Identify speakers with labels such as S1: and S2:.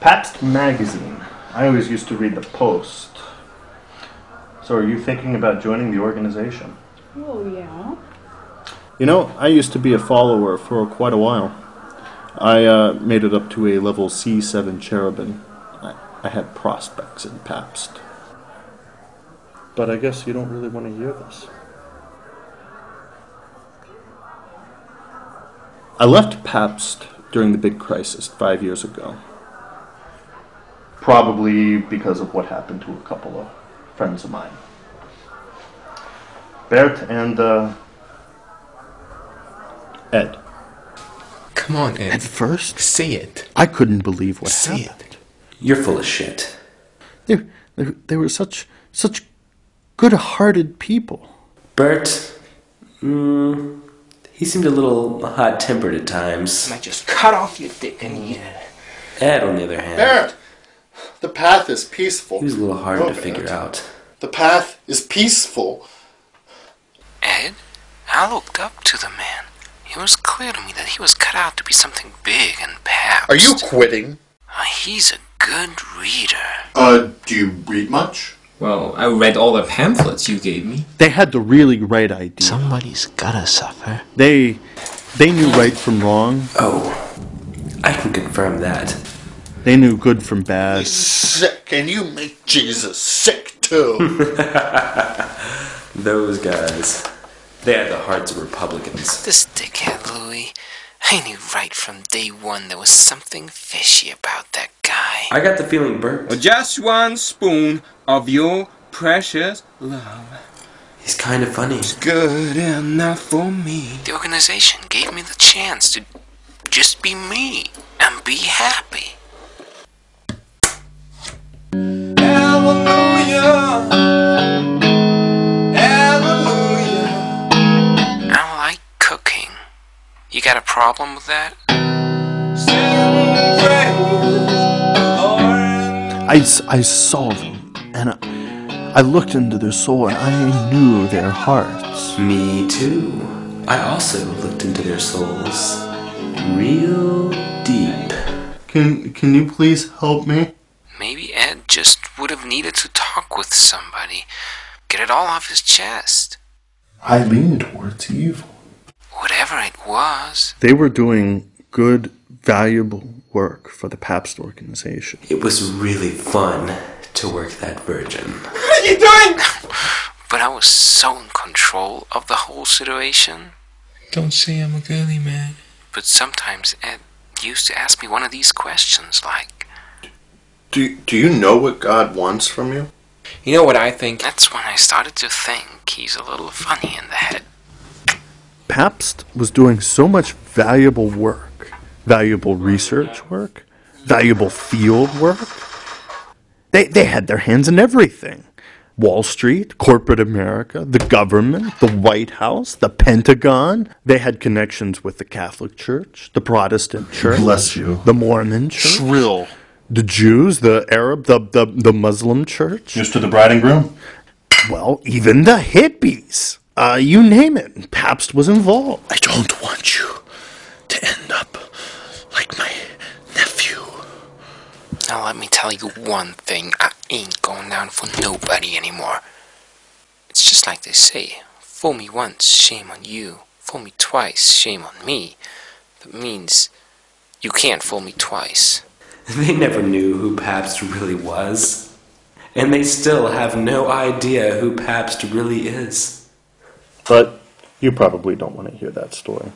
S1: Pabst Magazine. I always used to read the Post. So, are you thinking about joining the organization?
S2: Well, yeah.
S1: You know, I used to be a follower for quite a while. I uh, made it up to a level C7 cherubim. I, I had prospects in Pabst. But I guess you don't really want to hear this. I left Pabst during the big crisis five years ago. Probably because of what happened to a couple of friends of mine. Bert and uh, Ed.
S3: Come on, Ed.
S4: At first,
S3: Say it.
S1: I couldn't believe what
S3: Say
S1: happened.
S3: it.
S4: you're full of shit.
S1: They, they, they were such such good-hearted people.
S4: Bert, mm, he seemed a little hot tempered at times.
S3: I just cut off your dick and eat it.
S4: Ed, on the other hand,
S5: Barrett, the path is peaceful.
S4: he was a little hard
S1: Oh,
S5: Look
S4: to
S5: at
S4: figure
S5: it.
S4: out.
S5: The path is peaceful.
S3: Ed, I looked up to the man. It was clear to me that he was cut out to be something big and perhaps.
S5: Are you quitting?
S3: Uh, he's a good reader.
S5: Uh, do you read much?
S6: Well, I read all the pamphlets you gave me.
S1: They had the really right idea.
S3: Somebody's gotta suffer.
S1: They they knew right from wrong.
S4: Oh, I can confirm that.
S1: They knew good from bad.
S5: Sick, and you make Jesus sick too.
S4: Those guys, they had the hearts of Republicans.
S3: This dickhead, Louis. I knew right from day one there was something fishy about that guy.
S4: I got the feeling Bert,
S6: Just one spoon of your precious love.
S4: he's kind of funny.
S6: Good enough for me.
S3: The organization gave me the chance to just be me and be happy.
S6: Hallelujah. Hallelujah.
S3: I like cooking. You got a problem with that?
S6: Sing praise, Lord.
S1: I, s- I saw them, and I, I looked into their soul, and I knew their hearts.
S4: Me too. I also looked into their souls real deep.
S1: Can can you please help me?
S3: Maybe Ed just would have needed to talk with somebody, get it all off his chest.
S1: I lean towards evil.
S3: Whatever it was.
S1: They were doing good, valuable work for the Pabst organization.
S4: It was really fun to work that virgin.
S3: But I was so in control of the whole situation.
S6: Don't say I'm a girly man.
S3: But sometimes Ed used to ask me one of these questions like,
S5: do, do you know what God wants from you?
S6: You know what I think?
S3: that's when I started to think he's a little funny in the head.
S1: Pabst was doing so much valuable work, valuable research work, valuable field work. They, they had their hands in everything Wall Street, corporate America, the government, the White House, the Pentagon. They had connections with the Catholic Church, the Protestant Church,
S5: Bless you.
S1: the Mormon Church,
S5: Shrill.
S1: the Jews, the Arab, the, the, the Muslim Church.
S5: Just to the bride and groom.
S1: Well, even the hippies. Uh, you name it, Pabst was involved.
S5: I don't want you to end up like my nephew.
S3: Now let me tell you one thing, I ain't going down for nobody anymore. It's just like they say, fool me once, shame on you. Fool me twice, shame on me. That means you can't fool me twice.
S4: They never knew who Pabst really was. And they still have no idea who Pabst really is.
S1: But you probably don't want to hear that story.